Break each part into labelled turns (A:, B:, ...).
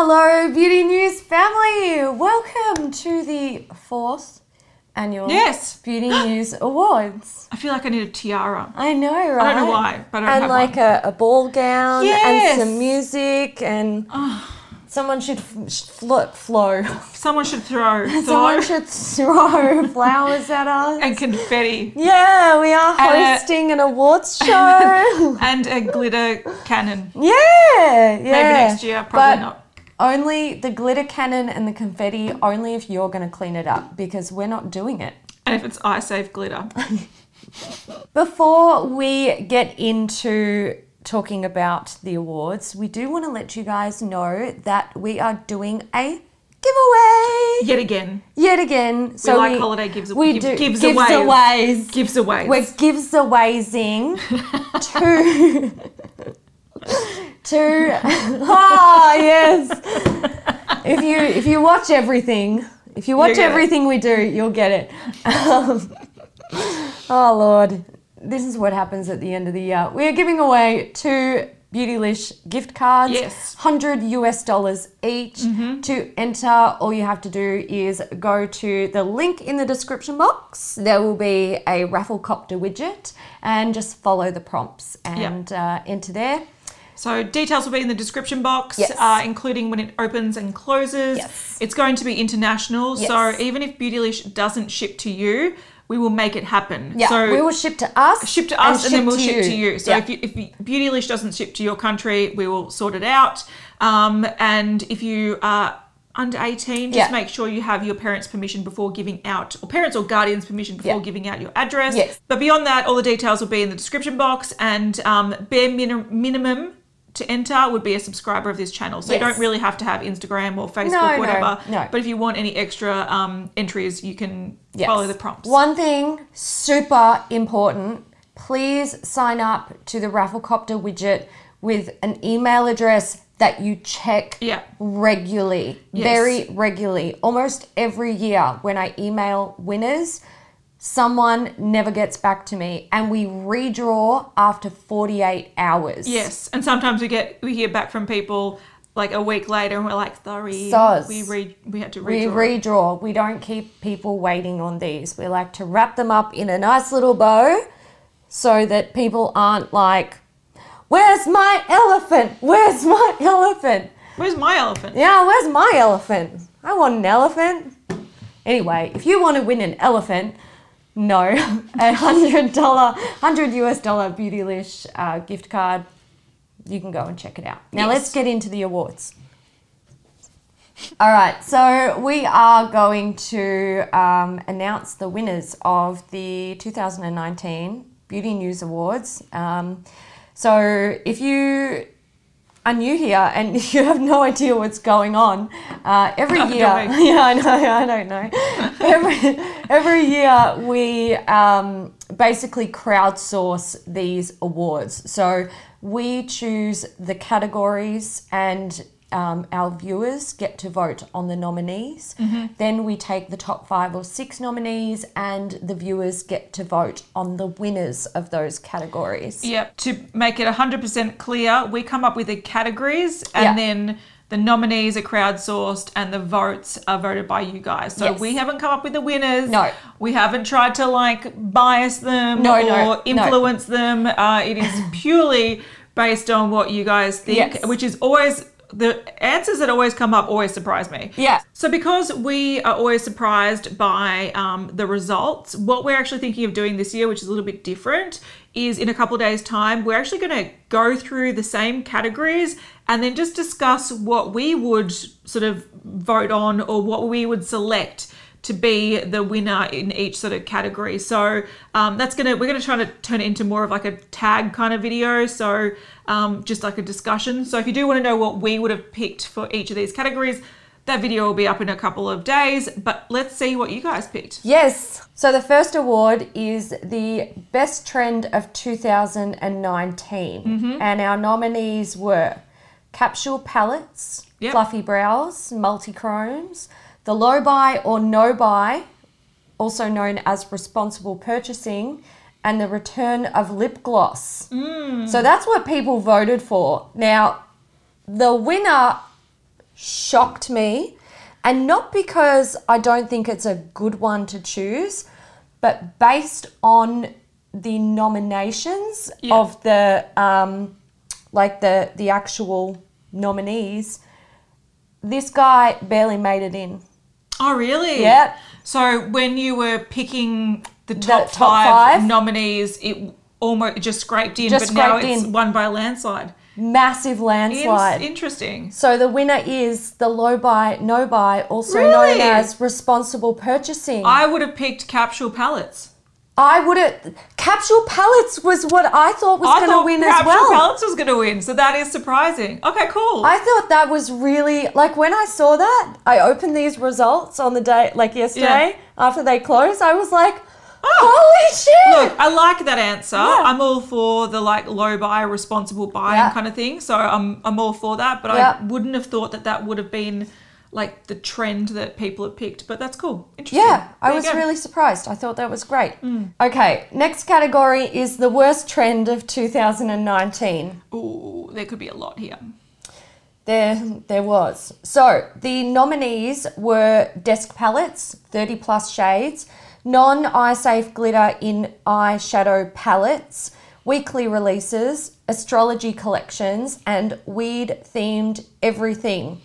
A: Hello, Beauty News family! Welcome to the fourth annual
B: Yes.
A: Beauty News Awards.
B: I feel like I need a tiara.
A: I know, right?
B: I don't know why, but I don't
A: And
B: have
A: like
B: one.
A: a, a ball gown and
B: Yes.
A: some music and someone should f- sh- flo- flow.
B: Someone should throw, throw
A: Someone should throw flowers at us.
B: and confetti
A: yeah, we are
B: And a-
A: hosting an awards show.
B: and a glitter cannon.
A: yeah, yeah.
B: Maybe next year,
A: But
B: probably not.
A: Only the glitter cannon and the confetti, only if you're going to clean it up because we're not doing it.
B: And if it's I save glitter,
A: Before we get into talking about the awards, we do want to let you guys know that we are doing a giveaway
B: yet again,
A: yet again. So
B: like holiday gives-
A: we
B: give-
A: do
B: gives
A: gives
B: aways.
A: aways.
B: gives away.
A: We're gives awaysing to to ah yes. If you if you watch everything, if you watch
B: get it.
A: everything we do, you'll get it. Um, oh lord, this is what happens at the end of the year. We are giving away two Beautylish gift cards.
B: Yes.
A: 100 US dollars each.
B: Mm-hmm.
A: To enter, all you have to do is go to the link in the description box. There will be a raffle copter widget and just follow the prompts and uh, enter there.
B: So details will be in the description box,
A: Yes.
B: uh, including when it opens and closes.
A: Yes.
B: It's going to be international, so
A: Yes.
B: even if Beautylish doesn't ship to you, we will make it happen.
A: Yeah,
B: so
A: we will ship to us.
B: ship to us and, then we'll ship to you. So
A: Yeah.
B: if, you, if you- Beautylish doesn't ship to your country, we will sort it out. Um, and if you are under 18, just
A: Yeah.
B: make sure you have your parents' permission before giving out, or parents or guardians' permission before
A: Yeah.
B: giving out your address.
A: Yes.
B: But beyond that, all the details will be in the description box and um, bare min- minimum. To enter would be a subscriber of this channel, so you
A: Yes.
B: don't really have to have Instagram or Facebook,
A: No, no,
B: whatever.
A: no.
B: But if you want any extra um, entries, you can
A: Yes.
B: follow the prompts.
A: One thing super important please sign up to the Rafflecopter widget with an email address that you check
B: Yeah.
A: regularly, very regularly. Almost every year when I email winners, someone never gets back to me and we redraw after 48 hours.
B: Yes, and sometimes we get we hear back from people like a week later, and we're like, sorry,
A: Soz.
B: we re- we had to
A: We
B: redraw. it."
A: redraw. We don't keep people waiting on these. We like to wrap them up in a nice little bow so that people aren't like, Where's my elephant? Where's my elephant?
B: Where's my elephant?
A: Yeah, where's my elephant? I want an elephant. Anyway, if you want to win an elephant, no, a hundred dollar, hundred US dollar Beautylish uh, gift card. You can go and check it out. Now
B: Yes.
A: let's get into the awards. All right, so we are going to um, announce the winners of the 2019 Beauty News Awards. Um, so if you are new here and you have no idea what's going on, uh, every
B: Neither do
A: year,
B: I.
A: yeah, I know, I don't know. Every every year we um, basically crowdsource these awards. So we choose the categories and. Um, our viewers get to vote on the nominees. Then we take the top five or six nominees, and the viewers get to vote on the winners of those categories.
B: Yep. To make it 100% clear, we come up with the categories and
A: Yeah.
B: then the nominees are crowdsourced and the votes are voted by you guys. So
A: Yes.
B: we haven't come up with the winners.
A: No.
B: We haven't tried to like bias them
A: No,
B: or
A: no, no.
B: influence them. Uh, it is purely based on what you guys think,
A: Yes.
B: which is always the answers that always come up always surprise me.
A: Yeah.
B: So, because we are always surprised by um, the results, what we're actually thinking of doing this year, which is a little bit different, is in a couple of days' time, we're actually going to go through the same categories and then just discuss what we would sort of vote on or what we would select to be the winner in each sort of category. So um, that's gonna we're gonna try to turn it into more of like a tag kind of video. So um, just like a discussion. So if you do want to know what we would have picked for each of these categories, that video will be up in a couple of days. But let's see what you guys picked.
A: Yes. So the first award is the best trend of 2019. And our nominees were capsule palettes,
B: Yep.
A: fluffy brows, multi-chromes, the low buy or no buy, also known as responsible purchasing, and the return of lip gloss. So that's what people voted for. Now, the winner shocked me. And not because I don't think it's a good one to choose, but based on the nominations
B: Yeah.
A: of the um, like the the actual nominees, this guy barely made it in.
B: Oh, really?
A: Yep.
B: So when you were picking the top,
A: top
B: five,
A: five.
B: nominees, it almost it just scraped in,
A: Just
B: but now
A: scraped
B: it's
A: in.
B: won by a landslide.
A: Massive
B: In-
A: landslide.
B: Interesting.
A: So the winner is the low buy, no buy, also
B: Really?
A: known as responsible purchasing. I,
B: I would have picked capsule palettes.
A: would have capsule pallets was what I thought was
B: I
A: going to
B: thought
A: win as
B: capsule
A: well.
B: palettes was going to win, so that is surprising. Okay, cool.
A: I thought that was really like when I saw that. I opened these results on the day, like yesterday after they closed. I was like, "Holy shit!"
B: Oh. Look, I like that answer.
A: Yeah.
B: I'm all for the like low buy, responsible buying
A: Yeah.
B: kind of thing. So I'm I'm all for that. But
A: Yeah.
B: I wouldn't have thought that that would have been like the trend that people have picked. But that's cool. Interesting.
A: yeah, I
B: There you
A: was
B: go. Mm.
A: really surprised. I thought that was great. Okay, next category is the worst trend of 2019.
B: Ooh, there could be a lot here.
A: There, there was. So the nominees were desk palettes, 30 plus shades, non eye safe glitter in eye shadow palettes, weekly releases, astrology collections, and weird themed everything.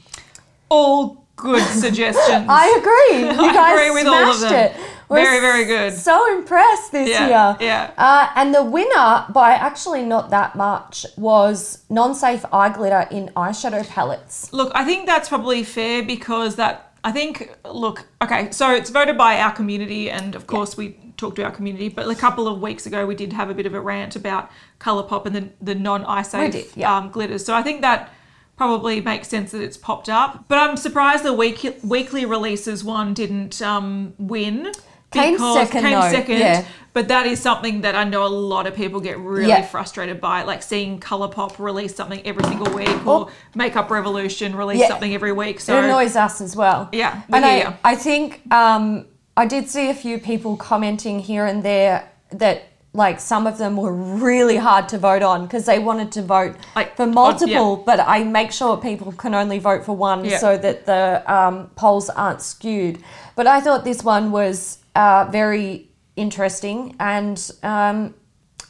B: All good suggestions.
A: I agree. You
B: I
A: guys
B: agree with all of
A: smashed
B: them.
A: it. We're
B: Very, very good.
A: So impressed this
B: Yeah,
A: year.
B: yeah.
A: Uh, and the winner by actually not that much was non safe eye glitter in eyeshadow palettes.
B: Look, I think that's probably fair because that I think look, okay, so it's voted by our community and of course we talk to our community, but a couple of weeks ago we did have a bit of a rant about Colourpop and the the non
A: We
B: iSafe
A: did, yeah.
B: um, glitters. So I think that probably makes sense that it's popped up. But I'm surprised the week, weekly releases one didn't um, win.
A: Came
B: because-
A: second,
B: came
A: though,
B: second,
A: yeah.
B: but that is something that I know a lot of people get really
A: Yeah.
B: frustrated by, like seeing Colourpop release something every single week or Makeup Revolution release
A: Oh. Yeah.
B: something every week. So
A: It annoys us as well.
B: Yeah, we
A: And I,
B: hear ya.
A: I think um, I did see a few people commenting here and there that like some of them were really hard to vote on because they wanted to vote
B: Like, oh,
A: for
B: on-
A: multiple, but I make sure people can only vote for one
B: Yeah.
A: so that the um, polls aren't skewed. But I thought this one was uh, very interesting and um,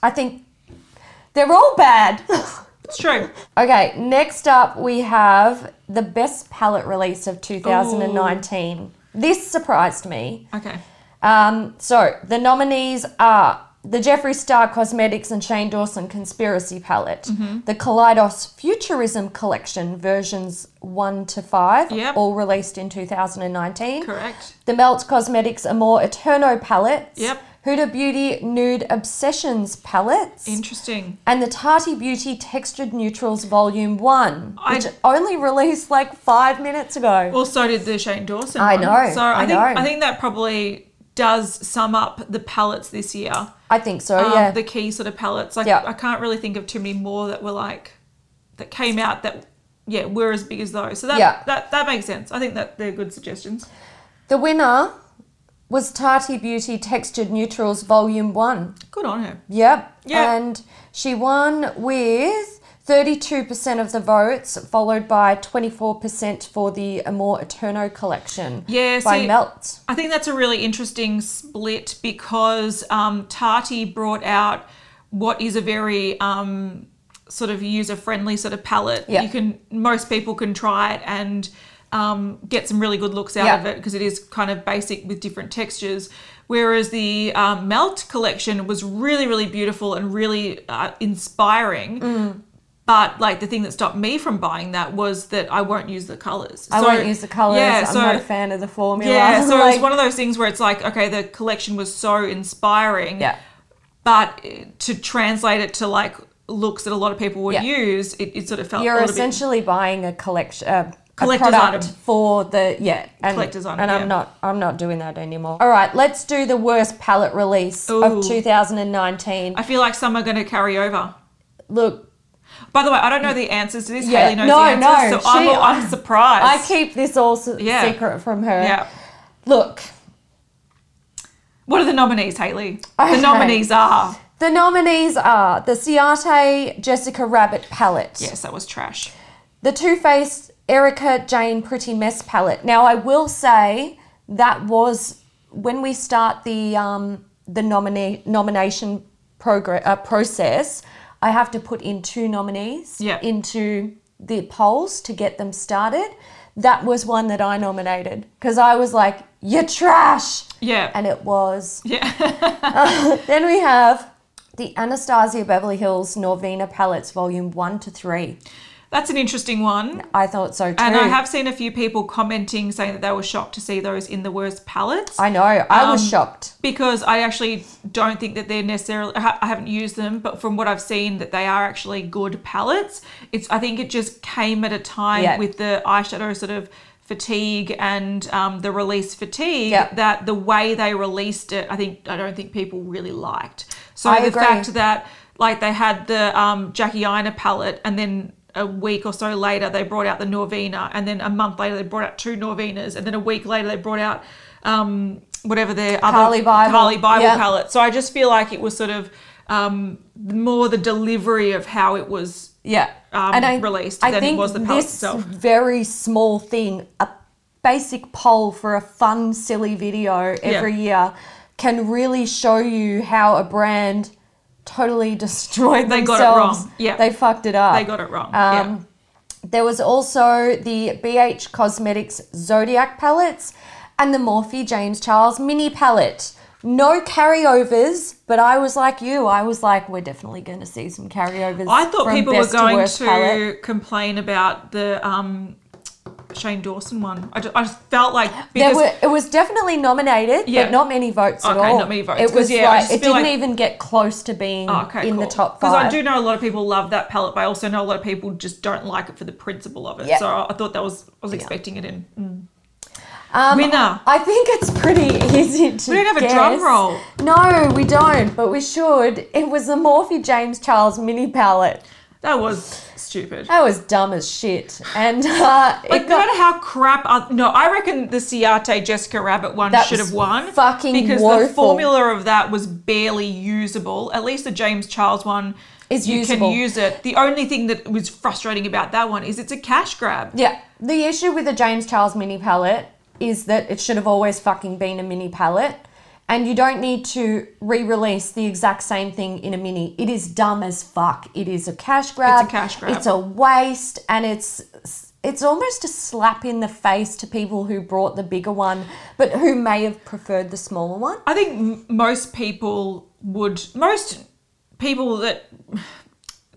A: I think they're all bad.
B: it's true.
A: Okay, next up we have the best palette release of 2019. This surprised me.
B: Okay.
A: Um, so the nominees are the Jeffree Star Cosmetics and Shane Dawson Conspiracy Palette,
B: Mm-hmm.
A: the Kaleidos Futurism Collection versions 1 to 5,
B: Yep.
A: all released in 2019.
B: Correct.
A: The Melt Cosmetics Amore Eterno Palettes,
B: Yep.
A: Huda Beauty Nude Obsessions Palettes
B: Interesting.
A: and the Tati Beauty Textured Neutrals Volume 1,
B: I-
A: which only released like five minutes ago.
B: Well, so did the Shane Dawson.
A: I
B: one.
A: know,
B: So I,
A: I
B: think
A: know.
B: I think that probably does sum up the palettes this year.
A: I think so,
B: Um,
A: Oh, yeah.
B: The key sort of palettes. Like
A: Yeah.
B: I can't really think of too many more that were like that came out that yeah were as big as those. So that
A: Yeah.
B: that that makes sense. I think that they're good suggestions.
A: the winner was Tati Beauty Textured Neutrals Volume 1.
B: Good on her.
A: Yep.
B: Yeah.
A: And she won with 32% of the votes, followed by 24% for the Amor Eterno collection
B: Yeah,
A: by
B: see-
A: Melt.
B: I think that's a really interesting split because um, Tati brought out what is a very um, sort of user friendly sort of palette.
A: Yeah.
B: You can most people can try it and um, get some really good looks out
A: Yeah.
B: of it because it is kind of basic with different textures. Whereas the um, Melt collection was really really beautiful and really uh, inspiring.
A: Mm.
B: But like the thing that stopped me from buying that was that I won't use the colors.
A: I won't use the colours. I'm not a fan of the formula.
B: Yeah, so
A: Like,
B: it's one of those things where it's like, okay, the collection was so inspiring,
A: Yeah.
B: but eh, to translate it to like looks that a lot of people would
A: Yeah.
B: use, it, it sort of felt a
A: You're
B: little
A: essentially buying a collection, a, a
B: Collector's
A: product
B: item.
A: for the yeah, and,
B: Collector's item,
A: And
B: yeah.
A: I'm not, I'm not doing that anymore. All right, let's do the worst palette release
B: Ooh.
A: of 2019.
B: bit. I feel like some are going to carry over.
A: Look,
B: By the way, I don't know the answers to this.
A: Yeah.
B: Haley knows
A: No,
B: the answers,
A: no,
B: so I'm,
A: she-
B: I'm surprised.
A: I keep this all s-
B: Yeah.
A: secret from her.
B: Yeah.
A: Look,
B: What are the nominees, Haley? The
A: Okay.
B: nominees are
A: the nominees are the Ciate Jessica Rabbit palette,
B: yes, that was trash.
A: the Too Faced Erica Jane Pretty Mess palette. Now, I will say that was when we start the um, the nomina- nomination progr- uh, process. I have to put in two nominees
B: Yeah.
A: into the polls to get them started. That was one that I nominated because I was like, "You're trash,"
B: Yeah.
A: and it was.
B: yeah.
A: Then we have the Anastasia Beverly Hills Norvina palettes, volume one to three.
B: That's an interesting one.
A: I thought so too.
B: And I have seen a few people commenting saying that they were shocked to see those in the worst palettes.
A: I know. I was
B: Um,
A: shocked.
B: because I actually don't think that they're necessarily. I ha- I haven't used them, but from what I've seen, that they are actually good palettes. It's. I think it just came at a time
A: Yeah.
B: with the eyeshadow sort of fatigue and um, the release fatigue
A: Yeah.
B: that the way they released it. I think I don't think people really liked. So
A: I
B: the
A: agree.
B: fact that like they had the um, Jackie Ina palette and then. A week or so later, they brought out the Norvina, and then a month later, they brought out two Norvinas, and then a week later, they brought out um, whatever their other
A: Carly Bible.
B: Carly Bible
A: Yeah.
B: palette. So I just feel like it was sort of um, more the delivery of how it was.
A: Yeah.
B: um, released than it was the palette
A: this
B: itself.
A: very small thing, a basic poll for a fun, silly video every year, can really show you how a brand totally destroyed
B: They got it
A: themselves.
B: wrong. Yeah.
A: They fucked it up.
B: They got it wrong. yeah.
A: Um, There was also the BH Cosmetics Zodiac palettes and the Morphe James Charles mini palette. No carryovers, but I was like you. I was like, we're definitely going to see some carryovers.
B: I thought
A: from
B: people were
A: best
B: going
A: worst
B: to,
A: palette.
B: complain about the um, Shane Dawson one. I just, I just felt like
A: There
B: because
A: were, it was definitely nominated,
B: Yeah.
A: but not many votes at
B: Okay,
A: all.
B: not many votes,
A: It
B: 'cause,
A: was
B: yeah, I
A: like
B: just
A: it
B: feel
A: didn't
B: like-
A: even get close to being
B: Oh, okay,
A: in
B: cool.
A: the top
B: Because I
A: five.
B: do know a lot of people love that palette, but I also know a lot of people just don't like it for the principle of it.
A: Yeah.
B: So I I thought that was I was expecting it in. Mm.
A: Um,
B: Winner.
A: I think it's pretty easy to.
B: We don't have a
A: guess.
B: drum roll.
A: No, we don't, but we should. It was the Morphe James Charles mini palette.
B: That was stupid.
A: That was dumb as shit, and uh, it
B: Like, no matter how crap. oth- no, I reckon the Ciate Jessica Rabbit one
A: That
B: should
A: was
B: have won.
A: fucking
B: Because the
A: woeful.
B: formula of that was barely usable. At least the James Charles one
A: Is
B: you
A: usable.
B: can use it. The only thing that was frustrating about that one is it's a cash grab.
A: Yeah. The issue with the James Charles mini palette is that it should have always fucking been a mini palette. And you don't need to re release the exact same thing in a mini. It is dumb as fuck. It is a cash grab.
B: cash grab.
A: It's a waste and it's. It's almost a slap in the face to people who brought the bigger one, but who may have preferred the smaller one.
B: I think m- most people would most people that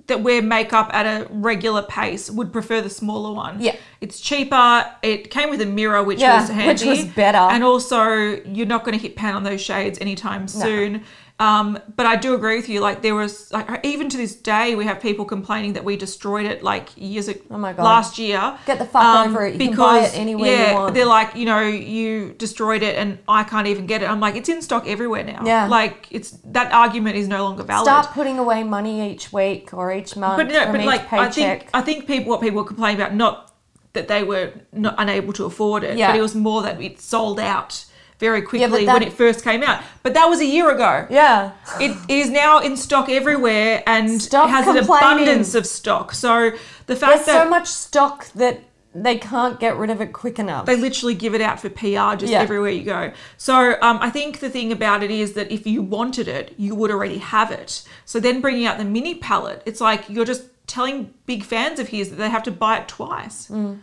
B: that wear makeup at a regular pace would prefer the smaller one.
A: Yeah.
B: It's cheaper. It came with a mirror, which
A: Yeah,
B: was handy,
A: which was better.
B: And also, you're not going to hit pan on those shades anytime soon. Um, but I do agree with you. Like there was, like even to this day, we have people complaining that we destroyed it like years ago,
A: Oh my God.
B: last year. Um,
A: Get the fuck over it. You can buy it anywhere you
B: yeah,
A: want.
B: they're like, you know, you destroyed it and I can't even get it. I'm like, it's in stock everywhere now.
A: Yeah.
B: Like it's that argument is no longer valid.
A: Start putting away money each week or each month
B: But no,
A: from
B: but
A: each
B: like I
A: paycheck.
B: think I think people what people were complaining about not that they were not unable to afford it,
A: Yeah.
B: but it was more that it sold out very
A: but
B: quickly when
A: that-
B: it first came out. But that was a year ago.
A: yeah.
B: It is now in stock everywhere and
A: Stop
B: has an
A: complaining.
B: abundance of stock. So the fact
A: There's
B: that
A: so much stock that they can't get rid of it quick enough.
B: they literally give it out for PR just
A: Yeah.
B: everywhere you go. So um, I think the thing about it is that if you wanted it, you would already have it. So then bringing out the mini palette, it's like you're just telling big fans of his that they have to buy it twice.
A: Mm.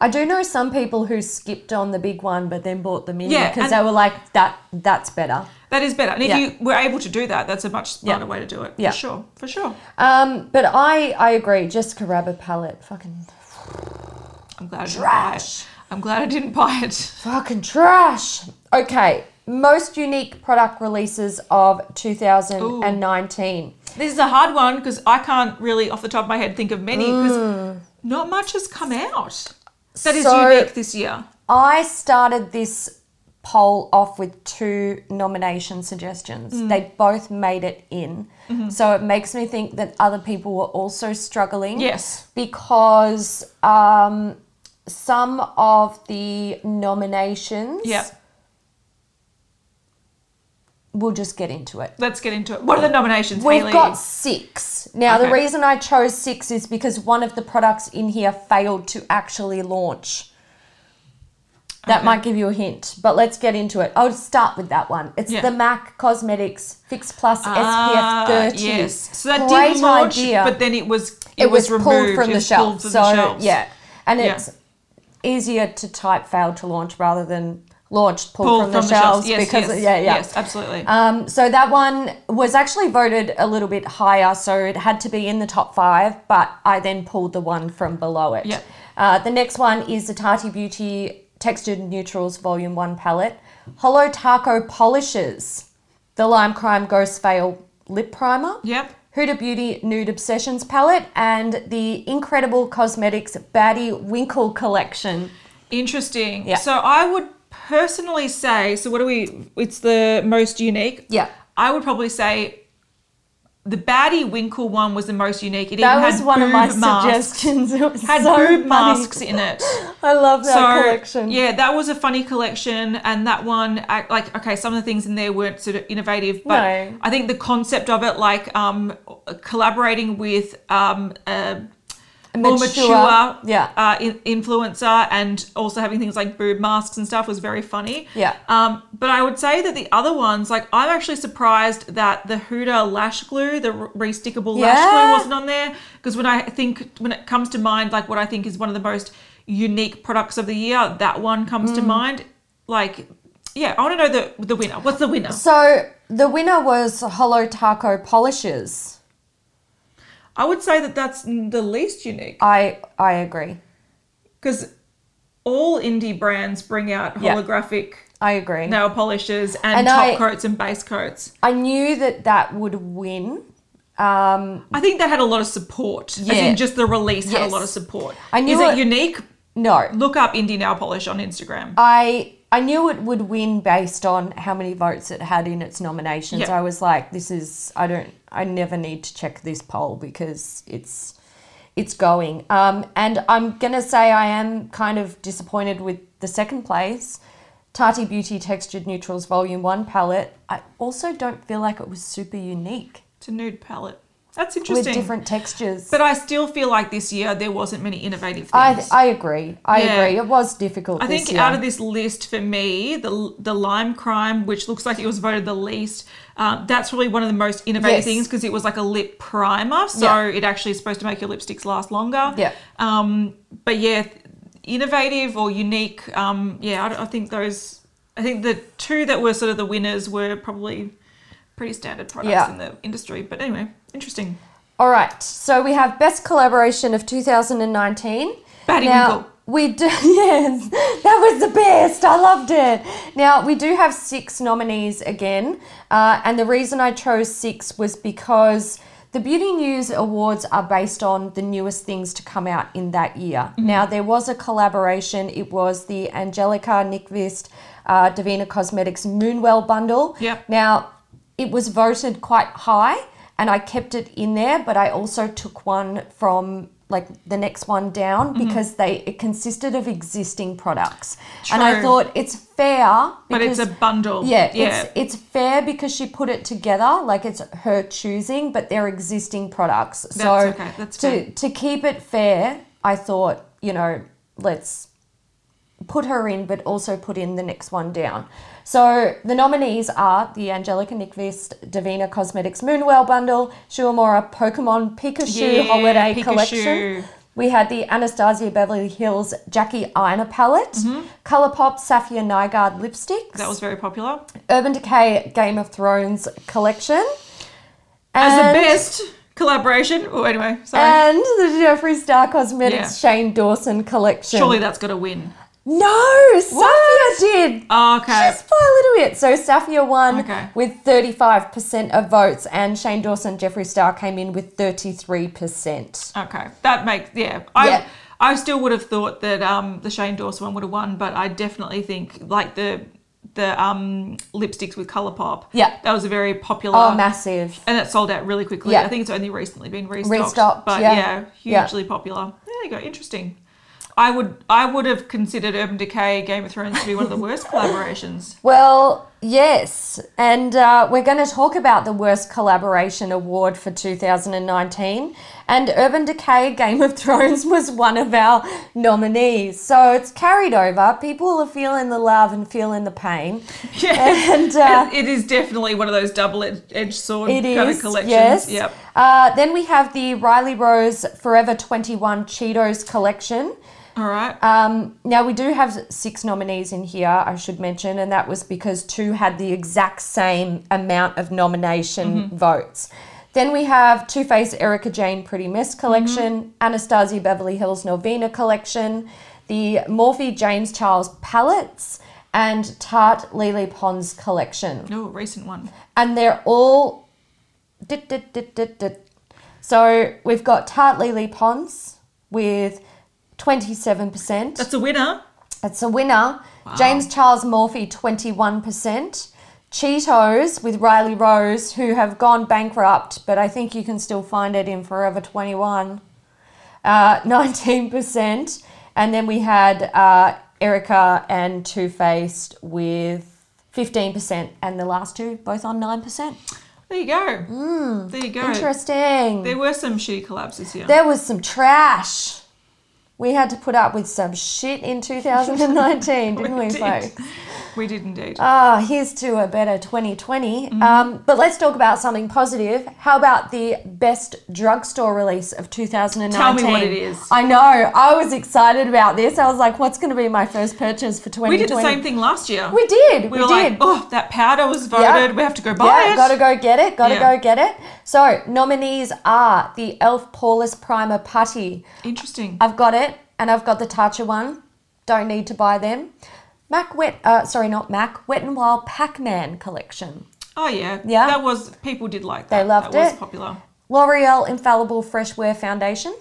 A: I do know some people who skipped on the big one but then bought the mini
B: Yeah,
A: because
B: and-
A: they were like, "That that's better."
B: That is better. And if
A: Yeah.
B: you were able to do that, that's a much smarter way to do it.
A: Yeah.
B: For sure. For sure.
A: Um, but I I agree. Jessica Rabbit palette, fucking
B: I'm glad I didn't buy it.
A: Trash.
B: I'm glad I didn't buy it.
A: fucking trash. Okay, most unique product releases of 2019.
B: This is a hard one because I can't really, off the top of my head, think of many because not much has come out that is
A: Mm. So-
B: unique this year.
A: I started this poll off with two nomination suggestions.
B: Mm.
A: They both made it in.
B: Mm-hmm.
A: So it makes me think that other people were also struggling.
B: Yes.
A: Because um, some of the nominations
B: Yeah.
A: we'll just get into it.
B: Let's get into it. What are the nominations,
A: We've
B: Hayley?
A: got six. Now, the
B: Okay.
A: reason I chose six is because one of the products in here failed to actually launch. That
B: Okay.
A: might give you a hint, but let's get into it. I'll start with that one. It's
B: Yeah.
A: the MAC Cosmetics Fix Plus
B: Ah,
A: SPF 30.
B: Yes. So that
A: Great
B: did launch,
A: idea.
B: but then it was
A: it,
B: it,
A: was, pulled
B: removed.
A: from
B: It
A: the
B: was
A: shelf.
B: pulled from
A: so
B: the shelves.
A: yeah, and
B: Yeah.
A: it's easier to type "fail to launch" rather than "launched pulled,
B: Pulled
A: from, the, shelves"
B: Yes,
A: because
B: yes,
A: yeah, yeah.
B: yes, absolutely.
A: Um, so that one was actually voted a little bit higher, so it had to be in the top five. But I then pulled the one from below it.
B: Yep.
A: Uh, the next one is the Tati Beauty Textured Neutrals Volume One Palette, Hollow Taco Polishes, the Lime Crime Ghost Veil Lip Primer.
B: yep.
A: Huda Beauty Nude Obsessions palette and the Incredible Cosmetics Baddie Winkle collection.
B: Interesting.
A: Yeah.
B: So I would personally say, so what do we, it's the most unique.
A: Yeah.
B: I would probably say the baddie Winkle one was the most unique. It
A: That
B: even
A: was
B: had
A: one of my
B: boob masks.
A: suggestions. It was
B: Had
A: so funny.
B: boob masks in it.
A: I love that
B: so
A: collection.
B: yeah, that was a funny collection, and that one, I, like, okay, some of the things in there weren't sort of innovative, but
A: No.
B: I think the concept of it, like, um, collaborating with um, a more mature,
A: mature- yeah.
B: uh, in- influencer, and also having things like boob masks and stuff was very funny.
A: Yeah.
B: Um, but I would say that the other ones, like, I'm actually surprised that the Huda lash glue, the re- restickable lash glue,
A: Yeah.
B: wasn't on there because when I think when it comes to mind, like what I think is one of the most unique products of the year, that one comes
A: Mm.
B: to mind. Like, yeah, I want to know the the winner. What's the winner?
A: So the winner was Hollow Taco Polishes.
B: I would say that that's the least unique
A: I I agree.
B: because all indie brands bring out
A: Yeah.
B: holographic
A: I agree.
B: nail polishes and,
A: And
B: top
A: I-
B: coats and base coats.
A: I knew that that would win. Um,
B: I think that had a lot of support. Yeah. As
A: Yeah.
B: in just the release had a
A: Yes.
B: lot of support.
A: I knew
B: Is it,
A: it-
B: unique?
A: no,
B: Look up indie nail polish on Instagram.
A: I I knew it would win based on how many votes it had in its nominations.
B: Yeah.
A: I was like, this is I don't I never need to check this poll because it's it's going. Um, and I'm gonna say I am kind of disappointed with the second place. Tati Beauty Textured Neutrals Volume 1 palette. I also don't feel like it was super unique
B: It's a nude palette. That's
A: with
B: interesting.
A: different textures.
B: But I still feel like this year there wasn't many innovative things. I,
A: I, I agree. I
B: Yeah.
A: agree. It was difficult. this
B: think
A: year.
B: out of this list for me, the the lime crime, which looks like it was voted the least, um, that's probably one of the most innovative
A: Yes.
B: things because it was like a lip primer, so
A: Yeah.
B: it actually is supposed to make your lipsticks last longer.
A: Yeah.
B: Um, but yeah, th- innovative or unique. Um, yeah, I, don't- I think those. I think the two that were sort of the winners were probably pretty standard products
A: Yeah.
B: in the industry. But anyway, interesting.
A: All right, so we have best collaboration of 2019.
B: Batty
A: now,
B: Winkle.
A: we do yes, that was the best. I loved it. Now we do have six nominees again, uh, and the reason I chose six was because the Beauty News Awards are based on the newest things to come out in that year. Now there was a collaboration. It was the Angelica Nickvist uh, Davina Cosmetics Moonwell bundle.
B: Yep.
A: Now, it was voted quite high, and I kept it in there, but I also took one from like the next one down
B: Mm-hmm.
A: because they it consisted of existing products, and I
B: True.
A: thought it's fair.
B: But it's a
A: because-
B: bundle.
A: yeah,
B: Yeah.
A: It's, it's fair because she put it together, like it's her choosing, but they're existing products. so
B: okay, that's
A: to
B: fair.
A: to keep it fair, I thought you know let's put her in, but also put in the next one down. So the nominees are the Angelica Nickvist Davina Cosmetics Moonwell Bundle, Shuamura Pokemon Pikachu
B: Yeah,
A: Holiday
B: Pikachu.
A: Collection. We had the Anastasia Beverly Hills Jackie Ina palette, ColourPop Safia Nygaard lipsticks.
B: Mm-hmm. That was very popular.
A: Urban Decay Game of Thrones collection.
B: as
A: and, Um,
B: the best collaboration. Oh, anyway, sorry.
A: And the Jeffree Star Cosmetics Shane Dawson collection.
B: Surely that's got to win. Oh,
A: No, Safia did.
B: Okay.
A: Just by a little bit. So Safia won
B: Uh, Okay.
A: with 35% of votes, and Shane Dawson, Jeffree Star came in with 33%.
B: Okay. That makes yeah. I
A: Yeah.
B: I still would have thought that um the Shane Dawson one would have won, but I definitely think like the the um lipsticks with ColourPop.
A: Yeah.
B: That was a very popular
A: Oh, massive.
B: and it sold out really quickly.
A: Yeah.
B: I think it's only recently been restocked.
A: Restocked,
B: but
A: yeah.
B: yeah,
A: Yeah.
B: hugely popular. There you go. Interesting. I would I would have considered Urban Decay Game of Thrones to be one of the worst collaborations.
A: Well, Yes, and uh, we're going to talk about the Worst Collaboration Award for 2019. And Urban Decay Game of Thrones was one of our nominees. So it's carried over. People are feeling the love and feeling the pain.
B: Yeah.
A: And uh,
B: it is definitely one of those double edged sword
A: it
B: kind
A: is.
B: of collections.
A: Yes.
B: Yep.
A: Uh, then we have the Riley Rose Forever 21 Cheetos collection.
B: All right.
A: Um, now we do have six nominees in here, I should mention, and that was because two had the exact same amount of nomination votes. Then we have Two Face Erica Jane Pretty Miss collection, Anastasia Beverly Hills Novena collection, the Morphe James Charles palettes, and Tarte Lily Pons collection,
B: oh, recent one.
A: and they're all. Dit, dit, dit, dit, dit. So we've got Tarte Lily Pons with twenty seven percent.
B: That's a winner.
A: It's a winner. James Charles Morphy, 21%. Cheetos with Riley Rose, who have gone bankrupt, but I think you can still find it in Forever 21, uh, 19%. And then we had uh, Erica and Two Faced with 15%, and the last two both on 9%.
B: There you go. there you go.
A: Hmm. Interesting.
B: There were some shitty collabs this year.
A: There was some trash. We had to put up with some shit in 2019, didn't we,
B: did.
A: folks?
B: we did indeed.
A: Ah, here's to a better 2020.
B: Mm-hmm.
A: Um, but let's talk about something positive. How about the best drugstore release of 2019?
B: Tell me what it is.
A: I know. I was excited about this. I was like, what's going to be my first purchase for 2020?
B: we did the same thing last year.
A: We did. We,
B: We
A: did.
B: were like, oh, that powder was voted.
A: Yeah.
B: We have to go buy
A: yeah,
B: it.
A: gotta go get it. Gotta
B: Yeah.
A: go get it. So nominees are the Elf Paulus Primer Putty.
B: Interesting.
A: I've got it, and I've got the Tatcha one. Don't need to buy them. Mac Wet, uh, sorry, not Mac, Wet and Wild Pac-Man collection.
B: oh yeah.
A: Yeah.
B: That was people did like
A: They
B: that.
A: loved
B: that
A: it.
B: was popular.
A: L'Oreal Infallible Fresh Wear Foundation.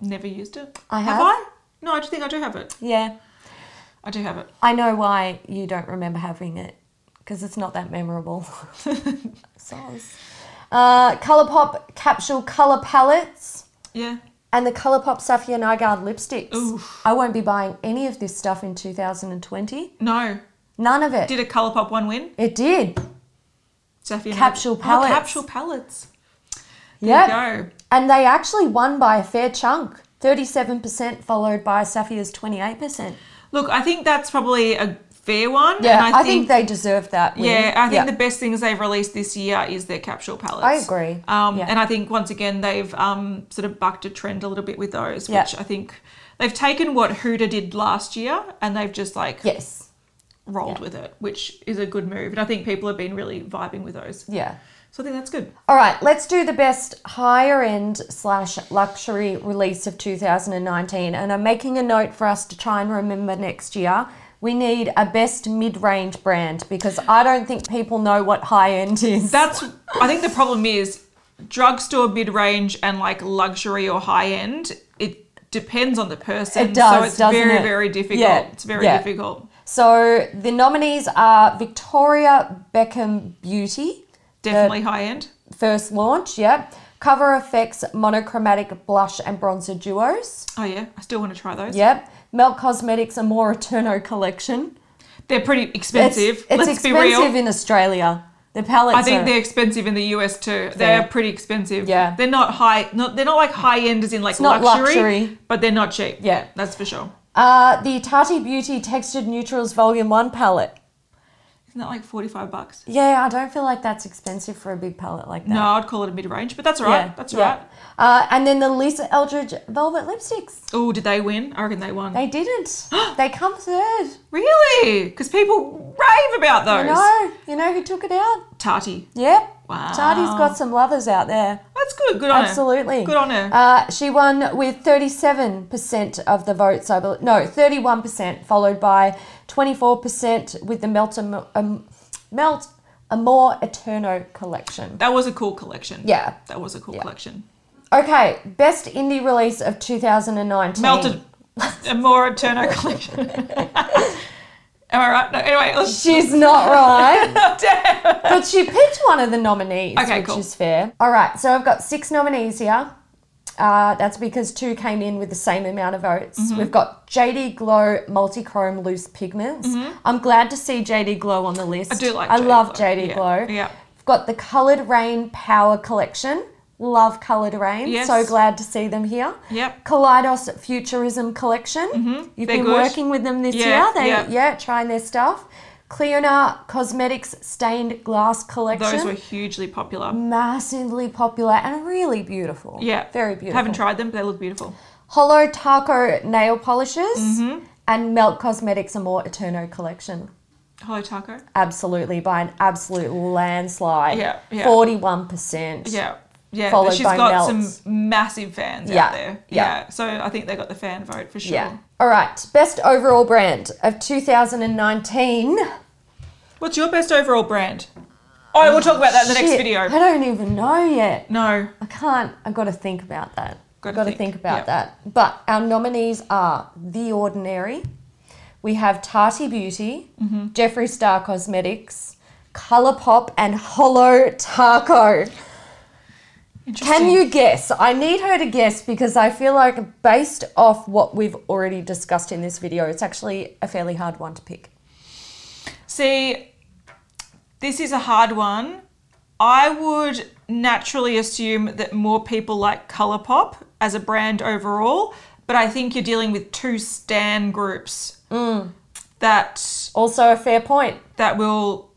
B: Never used it.
A: I have.
B: I? No, I do think I do have it.
A: Yeah.
B: I do have it.
A: I know why you don't remember having it because it's not that memorable. Soz. Uh, Colourpop capsule colour palettes
B: Yeah.
A: and the Colourpop Safia Nigard lipsticks.
B: Oof.
A: I won't be buying any of this stuff in 2020.
B: No.
A: None of it.
B: Did a Colourpop one win?
A: it did.
B: Zafia
A: Capsule palettes.
B: Oh, capsule palettes. There
A: Yeah.
B: you go.
A: And they actually won by a fair chunk. 37% followed by Safia's 28%.
B: Look, I think that's probably a fair one.
A: Yeah,
B: and
A: I, think, they deserve that. win.
B: yeah, I think the best things they've released this year is their capsule palettes.
A: I agree.
B: Um,
A: Yeah.
B: And I think once again they've um, sort of bucked a trend a little bit with those,
A: Yeah.
B: which I think they've taken what Huda did last year and they've just like
A: Yes.
B: rolled with it, which is a good move. And I think people have been really vibing with those.
A: Yeah.
B: So I think that's good.
A: All right, let's do the best higher end slash luxury release of 2019. And I'm making a note for us to try and remember next year. We need a best mid range brand because I don't think people know what high end is.
B: That's I think the problem is drugstore mid range and like luxury or high end. It depends on the person.
A: It does,
B: so it's
A: doesn't
B: very
A: it?
B: very difficult.
A: Yeah,
B: It's very
A: yeah.
B: difficult.
A: so the nominees are Victoria Beckham Beauty,
B: Definitely high end.
A: first launch, yeah. Cover Effects Monochromatic Blush and Bronzer Duos,
B: Oh yeah, I still want to try those.
A: yep. Melt Cosmetics Amora Turno Collection.
B: They're pretty
A: It's,
B: expensive.
A: it's
B: Let's
A: expensive
B: be real.
A: in Australia. The palettes
B: I think
A: are-
B: they're expensive in the US
A: Fair.
B: too. They're pretty expensive.
A: Yeah.
B: They're not high not they're not like high end as in like
A: not
B: luxury,
A: luxury.
B: but they're not cheap.
A: Yeah.
B: That's for sure.
A: Uh, the Tati Beauty Textured Neutrals Volume 1 palette.
B: Isn't that like forty five bucks?
A: Yeah, I don't feel like that's expensive for a big palette like that.
B: No, I'd call it a mid range, but that's all right. That's all right.
A: Uh, and then the Lisa Eldridge Velvet Lipsticks.
B: Oh, did they win? I reckon they won.
A: They didn't. they come third.
B: Really? Because people rave about
A: You
B: those.
A: know, you know who took it out?
B: Tati.
A: Yep.
B: Wow.
A: Tati's got some lovers out there.
B: That's good. Good on
A: Absolutely.
B: her. Good on her.
A: Uh, she won with 37% of the votes, I believe. No, 31%, followed by 24% with the Melt, Am- um, Melt Amor Eterno collection.
B: that was a cool collection.
A: Yeah.
B: That was a cool collection.
A: Okay, best indie release of 2019.
B: Melted. a more Turner collection. Am I right? No, anyway, let's.
A: She's not right,
B: Damn.
A: but she picked one of the nominees,
B: Okay,
A: which
B: cool.
A: is fair. All right, so I've got six nominees here. Uh, that's because two came in with the same amount of votes.
B: Mm-hmm.
A: We've got JD Glow Multichrome Loose Pigments. I'm glad to see JD Glow on the list.
B: Mm-hmm. I do like
A: I
B: JD
A: love
B: Glow.
A: JD
B: Yeah.
A: Glow.
B: Yeah.
A: We've got the Coloured Rain Power Collection. Love Coloured Rain.
B: Yes.
A: So glad to see them here.
B: Yep. Mm-hmm.
A: Kaleidos Futurism Collection. You've
B: They're
A: been
B: good.
A: working with them this
B: Yeah,
A: year. They,
B: yeah.
A: yeah, trying their stuff. Cleona Cosmetics Stained Glass Collection
B: Those were hugely popular.
A: massively popular and really beautiful.
B: Yeah.
A: Very beautiful.
B: Haven't tried them, but they look beautiful.
A: Hollow Taco nail polishes
B: Mm-hmm.
A: and Melt Cosmetics Amor Eterno collection.
B: Hello, Taco.
A: Absolutely, by an absolute landslide.
B: Yeah, yeah.
A: 41%.
B: Yeah. Yeah,
A: Followed
B: but she's
A: by
B: got
A: Melts.
B: some massive fans
A: Yeah,
B: out there.
A: yeah.
B: So I think they got the fan vote for sure.
A: Yeah. All right. Best overall brand of 2019.
B: Uh, What's your best overall brand? Oh, we'll talk about that in the next
A: Shit,
B: video.
A: I don't even know yet.
B: No.
A: I can't. I've got to think about that.
B: Gotta
A: got to
B: think,
A: think about
B: yeah.
A: that. But our nominees are The Ordinary. We have Tati Beauty,
B: Mm-hmm.
A: Jeffree Star Cosmetics, Colourpop, and Hollow Taco.
B: Interesting.
A: Can you guess? I need her to guess because I feel like, based off what we've already discussed in this video, it's actually a fairly hard one to pick.
B: See, this is a hard one. I would naturally assume that more people like Colourpop as a brand overall, but I think you're dealing with two stan groups
A: Mm.
B: that
A: Also, a fair point.
B: that will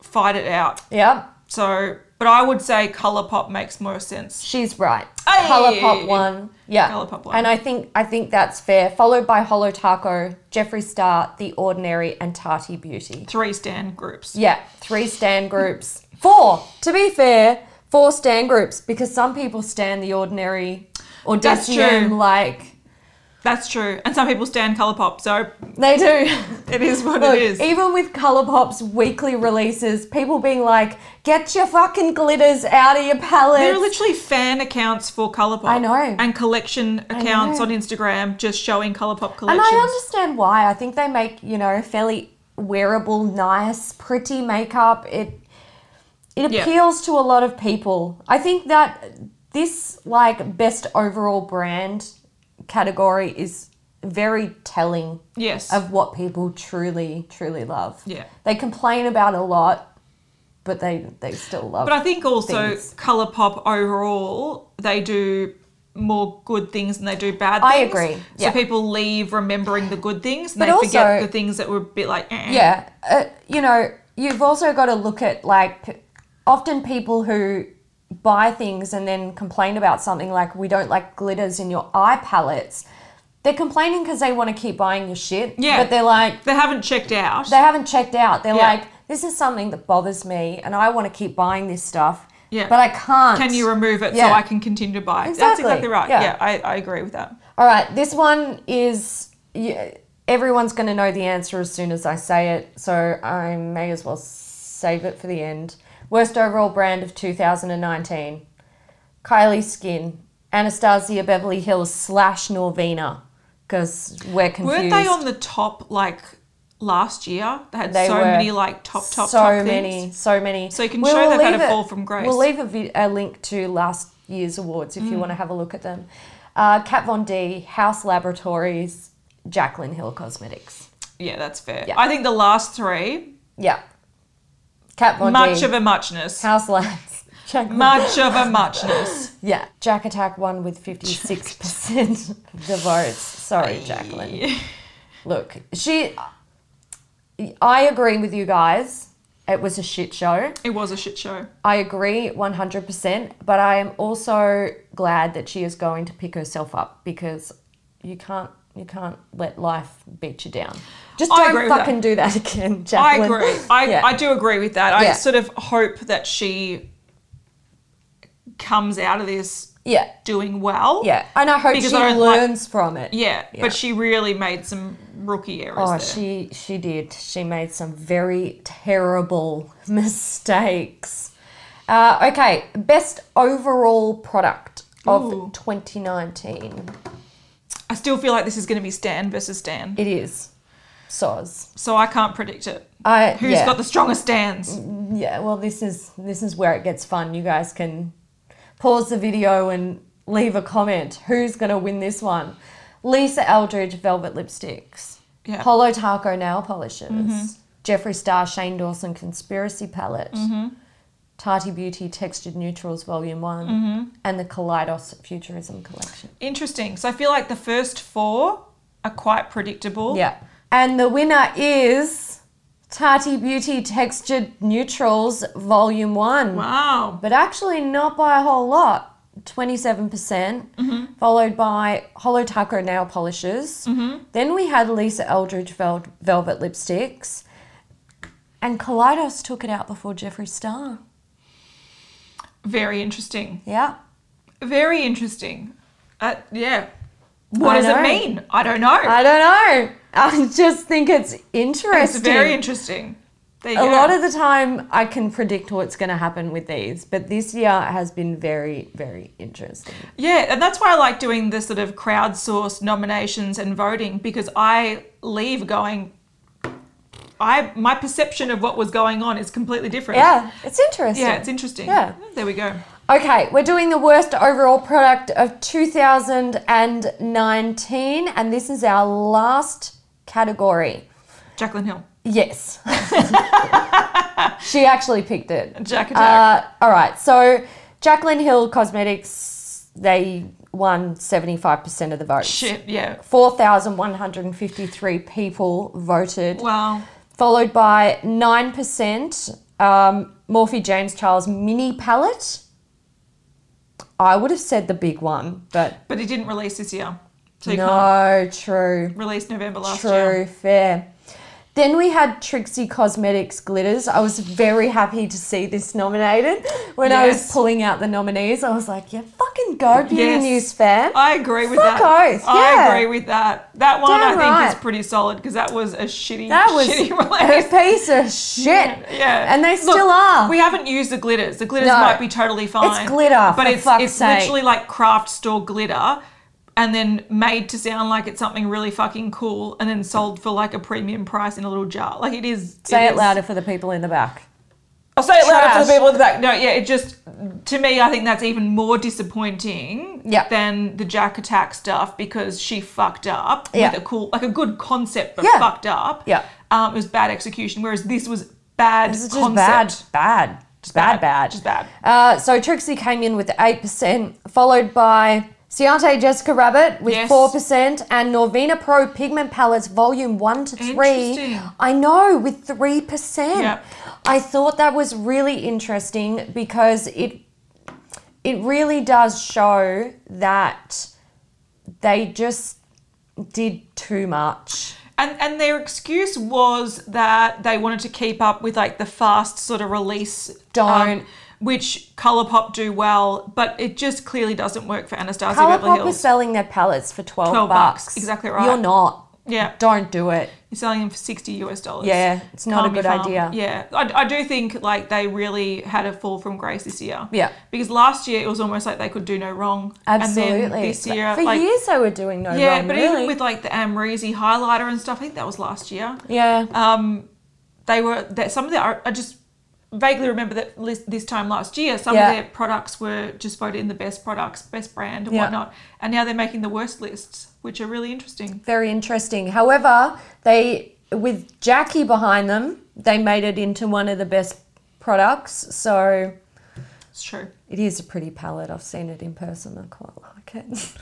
B: fight it out.
A: Yeah,
B: So, but I would say Colourpop makes more sense.
A: she's right.
B: Aye.
A: Colourpop one. Yeah.
B: Colourpop won.
A: And I think I think that's fair. Followed by Hollow Taco, Jeffree Star, The Ordinary, and Tati Beauty.
B: Three stan groups.
A: Yeah, three stand groups. Four, to be fair, four stand groups because some people stand The Ordinary or
B: That's
A: Decium
B: true.
A: like
B: That's true. And some people stan Colourpop, so
A: they do.
B: it is what
A: Look,
B: it is.
A: even with Colourpop's weekly releases, people being like, "Get your fucking glitters out of your palette."
B: There are literally fan accounts for Colourpop.
A: I know.
B: And collection accounts
A: know.
B: on Instagram just showing Colourpop
A: and
B: collections.
A: I understand why. I think they make you know fairly wearable, nice, pretty makeup. It it
B: Yeah.
A: appeals to a lot of people. I think that this like best overall brand category is very telling
B: yes.
A: of what people truly, truly love.
B: Yeah.
A: They complain about a lot, but they they still love.
B: but I think also
A: things.
B: Colourpop overall, they do more good things than they do bad
A: I
B: things.
A: agree,
B: So
A: yeah.
B: people leave remembering the good things and
A: But
B: they forget
A: also-
B: the things that were a bit like, eh.
A: yeah, uh, you know, you've also got to look at like p- often people who buy things and then complain about something like we don't like glitters in your eye palettes. They're complaining because they want to keep buying your shit.
B: Yeah.
A: But they're like,
B: They haven't checked out.
A: they haven't checked out. They're
B: Yeah.
A: like, this is something that bothers me and I want to keep buying this stuff.
B: Yeah.
A: But I can't.
B: can you remove it so
A: Yeah.
B: I can continue to buy? That's
A: Exactly,
B: exactly right.
A: yeah.
B: Yeah, I, I agree with that.
A: All right, this one is y- everyone's going to know the answer as soon as I say it, so I may as well save it for the end. Worst overall brand of 2019 Kylie Skin, Anastasia Beverly Hills slash Norvina, because we're confused.
B: Weren't they on the top like last year? They had
A: They
B: so
A: were
B: many like top, top,
A: so
B: top
A: many,
B: things.
A: so many.
B: So you can show they've had
A: leave
B: a
A: it-
B: fall from grace. Mm.
A: We'll leave a, vi- a link to last year's awards if you want to have a look at them. Uh, Kat Von D, House Laboratories, Jacqueline Hill Cosmetics.
B: Yeah, that's fair.
A: Yeah.
B: I think the last three,
A: Yeah. Kat Von
B: much
A: D,
B: of a muchness.
A: House Labs, Jacqueline.
B: Much of a muchness.
A: yeah. Jack Attack won with 56% of the votes. Sorry, Jacqueline. Look, she. I agree with you guys. It was a shit show.
B: It was a shit show.
A: I agree 100%, but I am also glad that she is going to pick herself up because you can't you can't let life beat you down. Just
B: I
A: don't
B: agree with
A: fucking do that again,
B: I
A: Jacqueline.
B: agree. I,
A: Yeah.
B: I do agree with that.
A: Yeah.
B: I sort of hope that she comes out of this
A: yeah.
B: doing well.
A: Yeah. And I hope
B: Because
A: she
B: I don't like-
A: learns from it.
B: Yeah.
A: Yeah.
B: But she really made some rookie errors
A: Oh,
B: there.
A: she she did. She made some very terrible mistakes. Uh, okay, best overall product of
B: Ooh.
A: 2019.
B: I still feel like this is going to be Stan versus Stan.
A: It is Soz.
B: So I can't predict it.
A: I
B: Who's
A: yeah.
B: got the strongest stands?
A: yeah well this is this is where it gets fun you guys can pause the video and leave a comment. Who's going to win this one? Lisa Eldridge, Velvet Lipsticks.
B: Yeah. Mm-hmm.
A: Polo Taco Nail Polishes. Jeffree Star, Shane Dawson, Conspiracy Palette.
B: Mm-hmm.
A: Tati Beauty, Textured Neutrals, Volume one
B: Mm-hmm.
A: And the Kaleidos Futurism Collection.
B: Interesting. So I feel like the first four are quite predictable.
A: Yeah. And the winner is Tati Beauty Textured Neutrals Volume 1.
B: Wow.
A: But actually, not by a whole lot 27%, percent
B: Mm-hmm.
A: followed by Holo Taco Nail Polishes.
B: Mm-hmm.
A: Then we had Lisa Eldridge Vel- Velvet Lipsticks. And Kaleidos took it out before Jeffree Star.
B: Very interesting.
A: Yeah.
B: Very interesting. Uh, yeah. What does
A: know.
B: it mean? I don't know.
A: I don't know. I just think it's
B: it's
A: interesting.
B: very interesting. There you
A: A
B: go.
A: lot of the time, I can predict what's going to happen with these, but this year has been very, very interesting.
B: Yeah, and that's why I like doing the sort of crowdsourced nominations and voting because I leave going. I my perception of what was going on is completely different.
A: Yeah, it's interesting.
B: yeah, it's interesting. Oh,
A: Yeah.
B: there we go.
A: Okay, we're doing the worst overall product of 2019, and this is our last category.
B: Jacqueline Hill,
A: Yes. she actually picked it.
B: Jack Attack.
A: Uh, all right. So Jacqueline Hill Cosmetics, they won 75% of the votes.
B: Shit, yeah.
A: 4,153 people voted,
B: Wow,
A: followed by 9% um, Morphe James Charles mini palette. I would have said the big one, but
B: but he didn't release this year, so he can't
A: no, true.
B: release November last
A: True,
B: year.
A: fair. Then we had Trixie Cosmetics glitters. I was very happy to see this nominated. When I was
B: Yes.
A: pulling out the nominees, I was like, "Yeah, fucking go, Beauty
B: Yes.
A: News fam."
B: I agree with
A: Fuck
B: that.
A: oath, yeah.
B: I agree with that. That one I
A: Damn
B: think is
A: right.
B: pretty solid because that was a shitty,
A: that was
B: shitty
A: a
B: release.
A: piece of shit.
B: Yeah.
A: and they
B: Look,
A: still are.
B: We haven't used the glitters. The glitters
A: No.
B: might be totally fine.
A: glitter,
B: But
A: for
B: it's
A: fuck's
B: it's
A: sake.
B: literally like craft store glitter and then made to sound like it's something really fucking cool and then sold for like a premium price in a little jar. Like it is
A: Say it
B: is-
A: louder for the people in the back.
B: I'll say it louder for the
A: Trash.
B: people in the back. No, yeah, it just to me I think that's even more disappointing
A: Yeah.
B: than the Jack Attack stuff because she fucked up
A: Yeah.
B: with a cool like a good concept but
A: Yeah.
B: fucked up.
A: Yeah.
B: Um, it was bad execution, whereas this was bad
A: This is just bad,
B: concept.
A: bad, just bad, bad,
B: Just bad.
A: Uh, so Trixie came in with eight percent, followed by Ciante Jessica Rabbit with
B: Yes.
A: four percent, and Norvina Pro Pigment Palettes Volume One to Three.
B: Interesting.
A: I know with three percent.
B: Yep.
A: I thought that was really interesting because it it really does show that they just did too much.
B: And and their excuse was that they wanted to keep up with like the fast sort of release. um,
A: Don't.
B: which ColourPop do well, but it just clearly doesn't work for Anastasia Beverly
A: ColourPop
B: Hills.
A: was selling their palettes for twelve,
B: 12 bucks.
A: bucks.
B: Exactly right.
A: You're not.
B: yeah,
A: Don't do it.
B: you're selling them for sixty US dollars.
A: Yeah, it's not
B: Can't
A: a
B: be
A: good
B: farmed.
A: idea.
B: Yeah, I, I do think like they really had a fall from grace this year.
A: Yeah.
B: because last year it was almost like they could do no wrong.
A: Absolutely.
B: and then this
A: Like,
B: year
A: for
B: like.
A: years they were doing no
B: yeah,
A: wrong.
B: but
A: really.
B: even with like the Amrezy highlighter and stuff, I think that was last year.
A: yeah,
B: um, they were that some of their I just vaguely remember that lis- this time last year some
A: Yeah.
B: of their products were just voted in the best products, best brand, and
A: Yeah.
B: whatnot, and now they're making the worst lists, which are really interesting.
A: very interesting. However, they with Jackie behind them, they made it into one of the best products. So
B: It's true.
A: it is a pretty palette. I've seen it in person. I quite like it.
B: I
A: It's a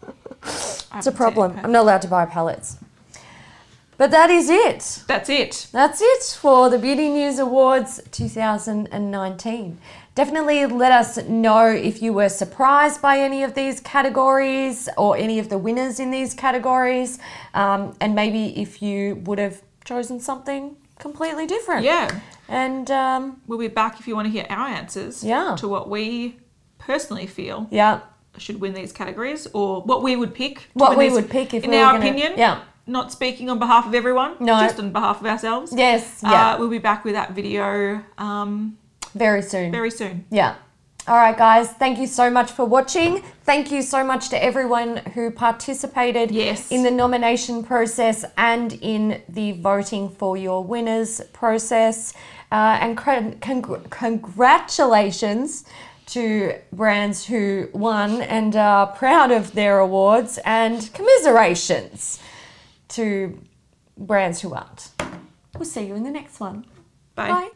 B: haven't seen it,
A: problem.
B: but-
A: I'm not allowed to buy palettes. But that is it.
B: That's it.
A: That's it for the Beauty News Awards 2019. Definitely let us know if you were surprised by any of these categories or any of the winners in these categories, um, and maybe if you would have chosen something completely different.
B: Yeah,
A: And um,
B: we'll be back if you want to hear our answers.
A: Yeah.
B: To what we personally feel
A: yeah,
B: should win these categories, or what we would pick. to
A: What
B: win
A: we
B: these-
A: would pick if
B: in
A: we were
B: our
A: gonna-
B: opinion.
A: yeah.
B: Not speaking on behalf of everyone.
A: No.
B: Just on behalf of ourselves.
A: yes,
B: Uh,
A: yeah,
B: we'll be back with that video um,
A: very soon.
B: very soon.
A: Yeah. All right, guys. Thank you so much for watching. Thank you so much to everyone who participated
B: Yes.
A: in the nomination process and in the voting for your winners process. Uh, and con- congr- congratulations to brands who won and are proud of their awards and commiserations to brands who aren't. We'll see you in the next one.
B: Bye.
A: Bye.